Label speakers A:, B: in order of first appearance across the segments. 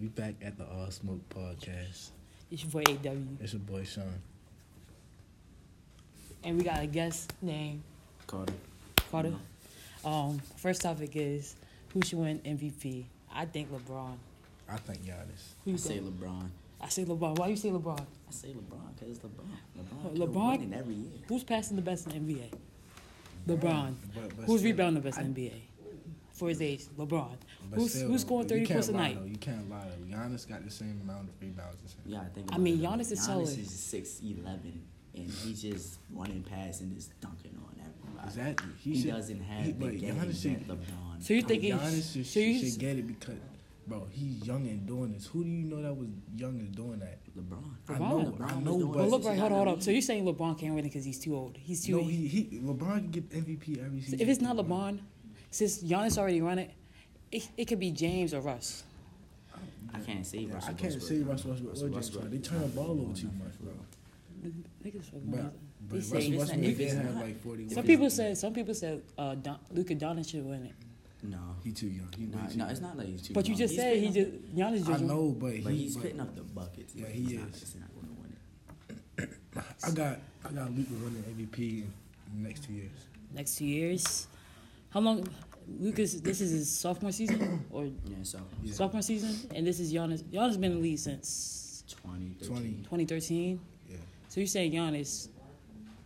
A: We back at the All Smoke Podcast.
B: It's your boy AW.
A: It's your boy Sean
B: And we got a guest named
A: Carter.
B: Carter. Um, first topic is who should win MVP? I think LeBron.
A: I think Giannis.
B: Who
C: I
B: you
C: say
B: think?
C: LeBron.
B: I say LeBron. Why you say LeBron?
C: I say LeBron because it's LeBron. LeBron. keep
B: LeBron?
C: winning every year.
B: Who's passing the best in the NBA? LeBron.
A: But- but
B: Who's
A: still,
B: rebounding the best
A: I-
B: in the NBA? For his age, LeBron.
A: but
B: Who's
A: still,
B: who's
A: though,
B: scoring
A: you
B: 30
A: can't
B: points a
A: lie,
B: night?
A: though. You can't lie. Though. Giannis got the same amount of rebounds as him.
C: Yeah, I think.
B: I
C: about
B: mean,
C: it.
B: Giannis is
C: Giannis
B: solid.
C: is six eleven, and he's just running past and just dunking on everybody.
A: Exactly. He,
C: He
A: should-
C: doesn't have
A: he-
C: the
A: but
C: game
A: Giannis should-
C: that LeBron.
B: So you think
A: Giannis
B: he's
A: should,
B: so you,
A: should get it because, bro, he's young and doing this. Who do you know that was young and doing that?
C: LeBron.
A: I know,
B: LeBron.
A: I
C: LeBron was
A: know,
C: doing
A: but
B: But
C: it.
B: look, right, hold on, hold up.
C: Yeah.
B: So you're saying LeBron can't win it because he's too old. He's too
A: no, he, he LeBron can get MVP every
B: So
A: season.
B: if it's not LeBron, since Giannis already run it, it, it could be James or Russ.
C: I can't say
A: Yeah,
C: Russell
A: I can't
C: Westbrook.
A: say Russell Westbrook or
C: Russell
A: James
C: Westbrook.
A: Harden. They turn the ball over too much, bro.
B: Niggas fucking
A: But,
B: amazing.
A: but
B: They
A: Russell
B: say-
C: Westbrook
A: Westbrook
C: if
A: did
C: it's
A: have
C: not-
A: like 40
B: Some
A: wins.
B: people said some people said uh, Don, Luka Doncic should win it,
C: No,
A: He too young. He
C: no,
A: way too
C: no,
A: young.
C: it's not like he's too.
B: but you
C: young.
B: just
C: He's
B: said he
C: putting
B: just
C: up
B: Giannis
A: I
B: just.
A: know, but he.
C: the- But he's
A: but
C: putting up the buckets.
A: Yeah,
C: but
A: he
C: he's Not,
A: is.
C: he's not going to win it.
A: I got I got Luka winning MVP in the next two years.
B: next two years. How long? Lucas, this is his sophomore season or
C: Yeah, so
A: Yeah.
B: sophomore season, and this is Giannis. Giannis been in the league since
C: 20,
A: 20.
C: 13.
B: 2013.
A: Yeah.
B: So you're saying Giannis,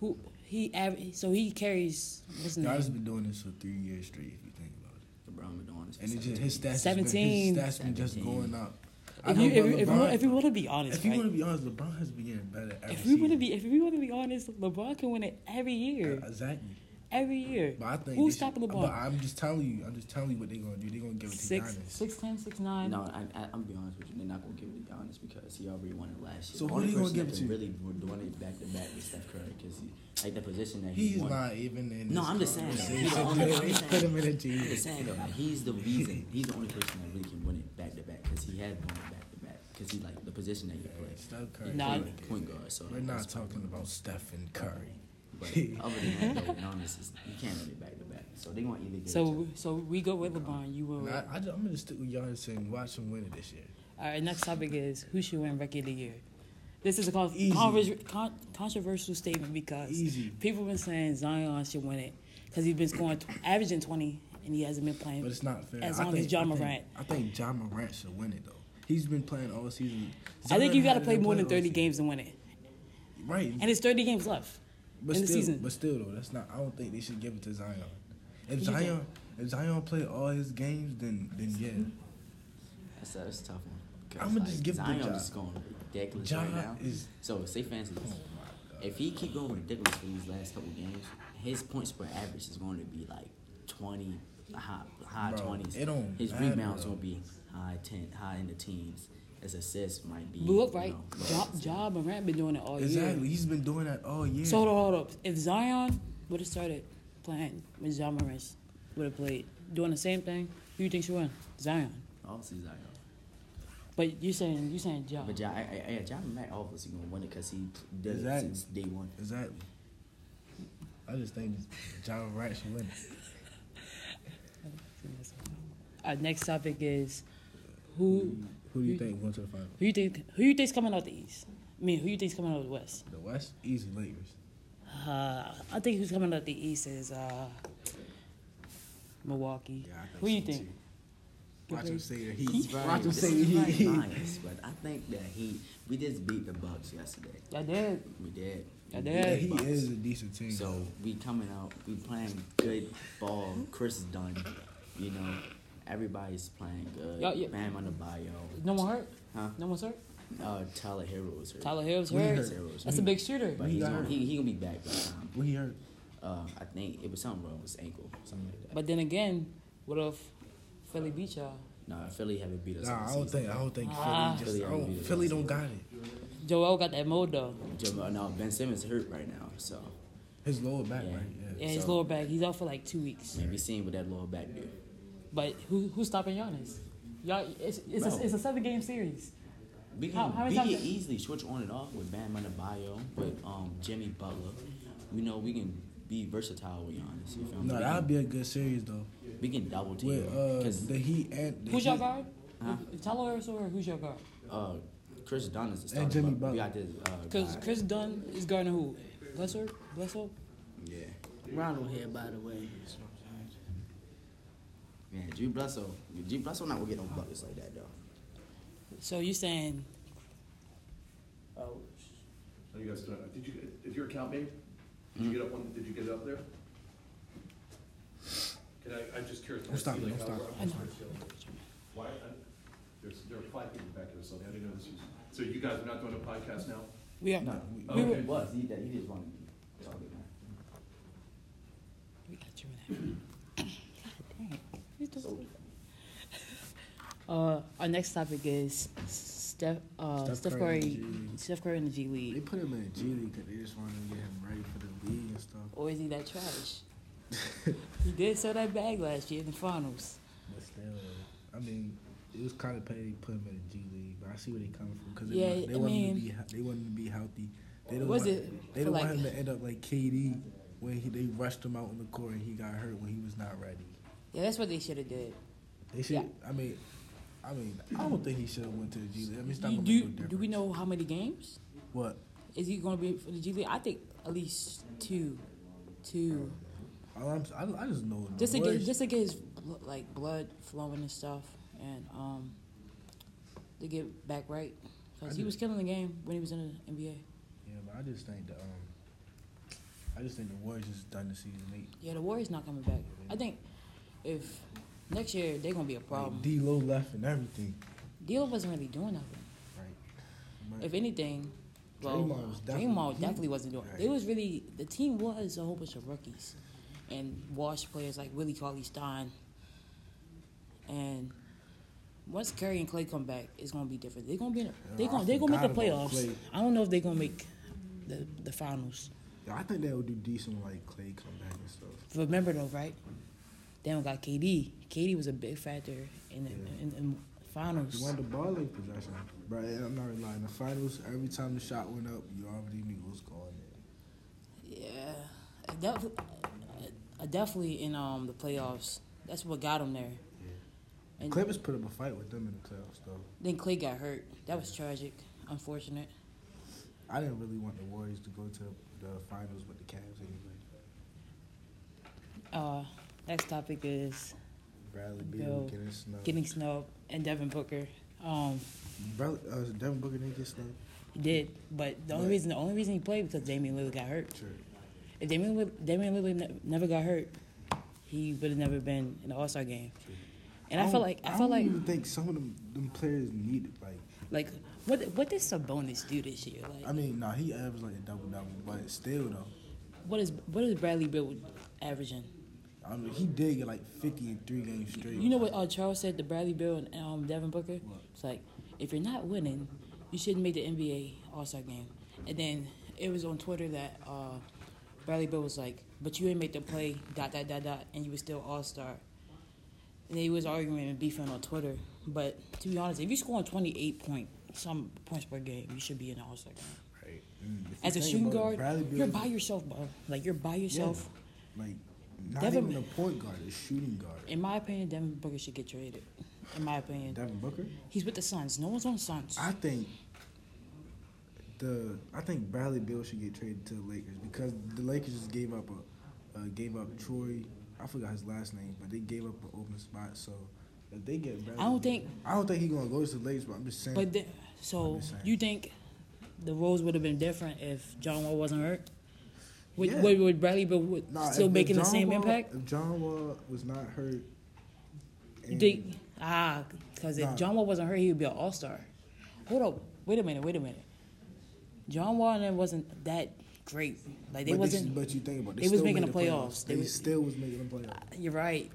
B: who he aver- so he carries what's his
A: Giannis
B: name?
A: been doing this for three years straight. If you think about it,
C: LeBron been doing this. for
A: and it's just
C: 17.
A: his stats. has
B: Seventeen.
A: Been, his stats been just
C: 17.
A: going up. I
B: If
A: know,
B: you,
A: but
B: if, if,
A: LeBron-
B: we- if we want to be honest,
A: if you
B: right?
A: want to be honest, LeBron has been getting better. Every
B: If we want
A: season.
B: to be, if we want to be honest, LeBron can win it every year,
A: Uh, exactly.
B: every year.
A: But I think
B: Who's
A: they should-
B: stopping LeBron?
A: But I'm just telling you. I'm just telling you what they're gonna do. They're gonna give it to
B: Six,
A: Giannis.
B: six ten, six nine.
C: No, I, I, I'm gonna be honest with you. They're not gonna give it to Giannis because he already won it last year.
A: So who
C: Only
A: they gonna
C: person
A: give
C: that
A: it
C: can
A: to?
C: Really, were doing it back to back with Steph Curry because he like the position that he
A: He's
C: won.
A: not even in.
C: No,
A: this
C: I'm just saying. He's
A: conversation.
C: the only- I'm
A: They
C: just
A: put him in a
C: I'm just
A: team.
C: saying though, like, he's the reason. He's the only person that really can win it back to back because he has won it back to back because he like the position that he plays.
A: Steph Curry.
B: Nah,
A: can't
C: Like,
A: get
C: point
A: it.
C: guard. So
A: We're
C: like,
A: not
C: that's why-
A: talking about Stephen Curry.
C: But other than that, though, Giannis is he can't win it back to back. So they want either get
B: So so we go with LeBron. You will.
A: Nah,
B: All
A: I, am gonna stick with Giannis and watch him win it this year.
B: right. Next topic is who should win Rookie of the Year. This is a con-
A: Easy.
B: conver- con- controversial statement because
A: Easy.
B: people been saying Zion should win it because he's been scoring tw- averaging twenty and he hasn't been playing.
A: But it's not fair.
B: As
A: I
B: long as Ja
A: I think-
B: Morant.
A: I think John Morant should win it though. He's been playing all season.
B: I think you
A: got
B: got to play more than thirty games to win it,
A: Right.
B: and it's thirty games left.
A: but
B: in the
A: still,
B: season.
A: But still though, that's not I don't think they should give it to Zion. If
B: you
A: Zion if Zion played all his games then then yeah.
C: That's, that's a tough one.
A: I'ma just give it to
C: Zion
A: Ja.
C: is going ridiculous
A: Ja
C: right now.
A: is- Oh
C: so say for instance, if he keep going ridiculous for these last couple games, his points per average is going to be like twenty, high high
A: Bro,
C: twenties.
A: it don't
C: His
A: matter,
C: rebounds
A: though.
C: will be high ten, high in the teens. His assists might be.
B: But look, right?
C: You know,
B: Job, Job Morant been doing it all year.
A: Exactly. He's been doing that all year.
B: So hold up, hold up. If Zion would have started playing with John Morris, would have played doing the same thing, who you think should win? Zion.
C: obviously Zion.
B: But you're saying you're saying John.
C: But ja, I, I, yeah, John Matt obviously gonna win it because he did
A: Exactly.
C: it since day one.
A: Exactly. I just think John Morant should win it.
B: Our Uh, next topic is who
A: Who do you think went to the final?
B: who you think who you think's coming out the East? I mean, who you think's coming out the West?
A: The West? Easy Lakers.
B: Uh, I think who's coming out the East is uh, Milwaukee.
A: Yeah, I think
B: who you
A: so,
B: think?
A: too. Watch him say the Heat.
C: He's right.
A: Watch him
C: This
A: say
C: is
A: the
C: right
A: Heat.
C: bias, but I think that he we just beat the Bucks yesterday.
B: I did.
C: We did.
B: I
C: We
B: did.
A: Yeah,
C: beat
A: he
C: the Bucks.
A: is a decent team.
C: So we coming out. We playing good ball. Chris is done. You know, everybody's playing good.
B: Yeah, yeah.
C: Bam on the bio.
B: No one hurt.
C: Huh?
B: No one's hurt.
C: Uh, Tyler Heroes.
B: Tyler Hill's
A: We
B: hurt.
A: hurt.
C: Heroes.
B: That's a big shooter.
C: But
A: He
C: he's
A: got
C: gonna,
A: hurt.
C: he, he gonna be back by the time.
A: What he hurt?
C: Uh, I think it was something wrong with his ankle, something like that.
B: But then again, what if Philly beat y'all?
C: No, Philly haven't beat us.
A: Nah, I
C: all
A: don't
C: season.
A: think. I don't think
B: Ah.
A: Philly. Just, I
C: Philly
A: don't,
C: beat us
A: Philly
C: last
A: don't got it.
B: Joel got that mode though.
C: Jamal- No, uh, Ben Simmons hurt right now, so
A: His lower back,
C: Yeah.
A: right?
B: Yeah, his
C: So-
B: lower back. He's out for like two weeks.
C: man, we seen what that lower back do.
B: But who who's stopping Giannis? Y'all, it's it's,
C: Bro.
B: a, it's a seven game series.
C: We can,
B: How- how many
C: we can
B: times-
C: easily switch on and off with Bam Adebayo, with um, Jimmy Butler. We know we can be versatile with Giannis. You feel me?
A: No,
C: we,
A: that'd
C: can,
A: be a good series though.
C: we can double team
A: With
C: him,
A: uh,
C: 'cause-
A: the Heat and the
B: Who's your
A: Heat-
B: guard?
C: Huh?
B: Tell her so who's your guard.
C: Uh, Chris Dunn is the starter.
A: And Jimmy
C: but we
A: Butler.
C: got this. Uh,
B: Because
C: guy.
B: Chris Dunn is guarding who? Blesser? Blesso?
C: Yeah.
D: Ronald here, by the way.
C: Yeah, G Blesso. G Blesso not gonna get no buckets like that though.
B: So you saying
D: Oh, sh-
E: Are you guys done? Did you, if you're a count babe, did you get up one, did you get up there? Can I, I'm just curious.
A: Don't stop me,
E: Like,
A: don't
E: how-
A: stop.
E: I'm sorry, Sheila. Why, I- there's, there are five people back there, so I didn't know this was, so you guys are not doing a podcast now?
B: we are.
C: No,
B: we
C: we,
B: were-
C: he was. He, that- he just wanted to be talking.
B: We got you in that. God dang. You just-
C: So-
B: Uh, our next topic is Steph, uh, Steph,
A: Steph Curry
B: Curry,
A: in the G League.
B: Steph Curry in the G
A: They
B: League.
A: put him in a G League because they just wanted to get him ready for the league and stuff.
B: Or is he that trash? he did sell that bag last year in the finals.
A: But still, I mean, it was kind of petty to put him in the G League. But I see where they coming from because
B: Yeah,
A: they, want- they
B: I
A: want him
B: mean-
A: to be he- they want him to be healthy. They don't
B: Was
A: want,
B: it
A: they don't
B: like-
A: want him to end up like KD when he, they rushed him out on the court and he got hurt when he was not ready.
B: Yeah, that's what they should have did.
A: They should.
B: Yeah.
A: I mean, I mean, I don't think he should have went to the G League. I mean, it's not
B: You-
A: gonna
B: do,
A: make no difference.
B: do we know how many games?
A: what?
B: Is he going to be for the G League? I think at least two. Two.
A: All I'm, I, I just know the
B: Just to get
A: worst-
B: just to get his bl- like blood flowing and stuff, and um, to get back right because
A: I
B: he
A: do.
B: was killing the game when he was in the NBA.
A: Yeah, but I just think the um, I just think the Warriors is done the season. They,
B: Yeah, the Warriors not coming back. I think if next year they're gonna be a problem.
A: like, D. Lo left and everything.
B: Deal wasn't really doing nothing.
A: Right.
B: If anything, well,
A: Draymond was definitely-
B: Draymond
A: he-
B: definitely wasn't doing.
A: Right.
B: It was really the team was a whole bunch of rookies and washed players like Willie Cauley Stein. And once Curry and Clay come back, it's gonna be different. They're gonna be in a, they
A: Yeah, I
B: gonna they gonna make the
A: forgot about
B: playoffs.
A: Klay.
B: I don't know if they're gonna make the the finals.
A: Yeah, I think they'll do decent when, like Clay come back and stuff.
B: Remember though, right? Then we got KD. KD was a big factor in the
A: Yeah.
B: in, in finals.
A: You want the ball in possession, right? I'm not relying. The finals, every time the shot went up, you already knew what was going in.
B: Yeah, I def- I definitely in um the playoffs. That's what got him there. And
A: Clippers put up a fight with them in the playoffs, though.
B: then Clay got hurt. That was tragic, unfortunate.
A: I didn't really want the Warriors to go to the finals with the Cavs anyway.
B: Uh, next topic is
A: Bradley
B: Yo,
A: Beal getting snubbed.
B: getting snubbed and Devin Booker. Um,
A: Bradley, uh, Devin Booker didn't get snubbed.
B: he did, but the only
A: Right.
B: reason the only reason he played because Damian Lillard got hurt.
A: Sure.
B: If Damian Lillard, Damian Lillard ne- never got hurt, he would have never been in the All Star game. And I, feel
A: don't-
B: like I,
A: I
B: feel
A: don't
B: like
A: even think some of them, them players needed like.
B: like what what did Sabonis do this year? Like
A: I mean, nah, he averaged like a double double, but still though,
B: what is what is Bradley Bill averaging?
A: I mean, he did get like fifty in three games straight.
B: You know what uh, Charles said to Bradley Bill and um, Devin Booker? It's like, if you're not winning, you shouldn't make the NBA All Star game. And then it was on Twitter that uh, Bradley Bill was like, but you didn't make the play, dot, dot, dot, dot, and you were still All Star. And they was arguing and beefing on Twitter. But to be honest, if you score on 28 point, some points per game, you should be in the All Star game.
A: Right. Mm, if you
B: As a
A: think
B: shooting
A: about it,
B: guard,
A: Bradley Beal
B: you're
A: is-
B: by yourself, bro. Like, you're by
A: yeah,
B: yourself.
A: Like, not
B: Devin-
A: even a point guard, a shooting guard.
B: In my opinion, Devin Booker should get traded. In my opinion.
A: Devin Booker.
B: He's with the Suns. No one's on Suns.
A: I think the I think Bradley Bill should get traded to the Lakers because the Lakers just gave up a uh, gave up Troy. I forgot his last name, but they gave up an open spot. So if they get Bradley,
B: I don't
A: Beal-
B: think-
A: I don't think he's gonna go to the Lakers. But I'm just saying.
B: But the, so
A: just saying.
B: you think the roles would have been different if John Wall wasn't hurt? Would,
A: Yeah.
B: would, would Bradley Bill would
A: Nah,
B: still
A: if- if
B: making the
A: John
B: same
A: Wall-
B: impact?
A: If John Wall was not hurt,
B: You
A: and-
B: think ah because if
A: Nah.
B: John Wall wasn't hurt, he would be an All Star. Hold up, wait a minute, wait a minute. John Wall and them wasn't that great. Like they
A: but
B: wasn't.
A: But you think about it,
B: they was
A: still
B: making
A: made
B: the playoffs.
A: They,
B: They was-
A: still was making the playoffs,
B: you're right.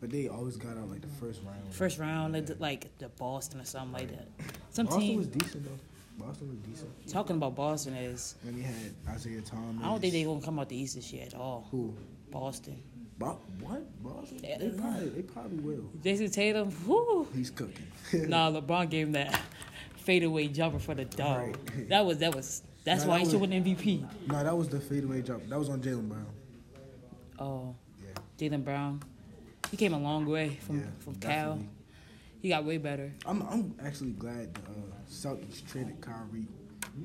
A: but they always got out like the first round.
B: First round, like the- like the Boston or something like that. Some
A: Boston
B: team
A: was decent though. Boston was decent.
B: talking about Boston is.
A: When he had Isaiah Thomas.
B: I don't think they gonna come out the East this year at all.
A: Who?
B: Boston.
A: Bo- what? Boston?
B: Yeah.
A: They probably they probably will.
B: Jason Tatum. Whoo.
A: He's cooking.
B: Nah, LeBron gave him that fadeaway jumper for the dog.
A: Right.
B: That was that was that's
A: Nah,
B: why
A: that
B: he should
A: was-
B: win MVP.
A: no, that was the fadeaway jump. That was on Jalen Brown.
B: Oh,
A: Yeah.
B: Jalen Brown, Oh, he came a long way from
A: yeah,
B: from Cal.
A: definitely.
B: He got way better.
A: I'm I'm actually glad the uh, Celtics traded Kyrie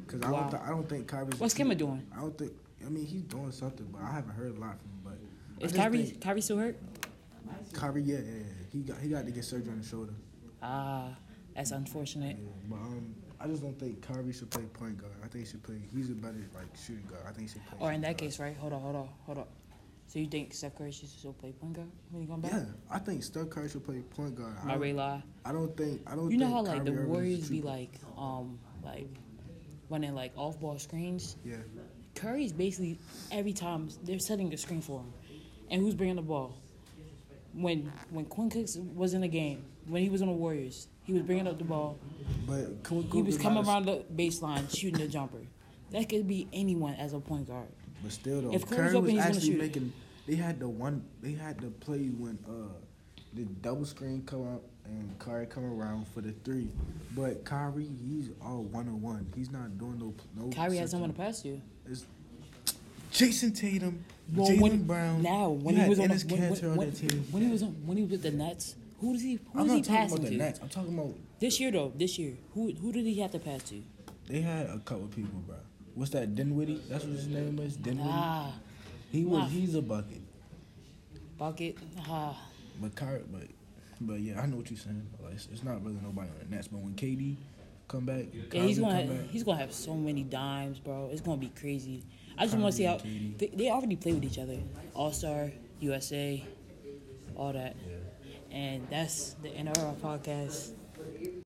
A: because I
B: Wow.
A: don't th- I don't think Kyrie's. a
B: What's
A: team-
B: Kimba doing?
A: I don't think. I mean, he's doing something, but I haven't heard a lot from him. But I
B: Is
A: just
B: Kyrie
A: think
B: Kyrie still hurt?
A: Kyrie, yeah, yeah, yeah, he got he got to get surgery on the shoulder.
B: Ah, that's unfortunate.
A: Yeah, but um, I just don't think Kyrie should play point guard. I think he should play. He's a better like shooting guard. I think he should play.
B: Or in
A: shooting
B: that
A: guard.
B: case, right? Hold on, hold on, hold on. So you think Steph Curry should still play point guard when he come back?
A: Yeah, I think Steph Curry should play point guard. I
B: My Ray
A: don't,
B: Law.
A: I don't think I don't.
B: You know
A: think
B: how like
A: Kyrie
B: the
A: Irving's a
B: Warriors be
A: true-
B: like, um, like running like off ball screens.
A: Yeah,
B: Curry's basically every time they're setting the screen for him, and who's bringing the ball? When when Quinn Cooks was in the game, when he was on the Warriors, he was bringing up the ball.
A: but can we
B: He was coming
A: not a-
B: around the baseline shooting the jumper. That could be anyone as a point guard.
A: But still, though,
B: If
A: Curry
B: Curry's open,
A: was
B: he's gonna
A: actually
B: shoot it.
A: making. They had the one. They had the play when uh the double screen come up and Curry come around for the three. But Kyrie, he's all one on one. He's not doing no no.
B: Kyrie has
A: such-
B: someone to pass to.
A: it's- Jason Tatum,
B: Well,
A: Jalen
B: when-
A: Brown.
B: Now, when
A: you
B: he was
A: had
B: on the,
A: Enes
B: when, when,
A: Kanter on
B: when-
A: that team.
B: when he was on, when he was with the Nets, who does he who
A: I'm
B: does he
A: not talking
B: passing
A: about the
B: to?
A: Nets. I'm talking about
B: This year though, this year, who who did he have to pass to?
A: they had a couple people, bro. What's that Dinwiddie? That's what his name is. Dinwiddie.
B: Ah,
A: he was.
B: nah.
A: He's a bucket.
B: bucket. Ah,
A: But Kyrie, but but yeah, I know what you're saying. Like, it's, it's not really nobody on the Nets. But when KD come back,
B: yeah,
A: Kyrie
B: he's gonna
A: come back,
B: he's gonna have so many dimes, bro. It's gonna be crazy. I just
A: Kyrie
B: want to see how
A: and KD.
B: they, they already play with each other. All Star, USA, all that, and that's the NRL podcast.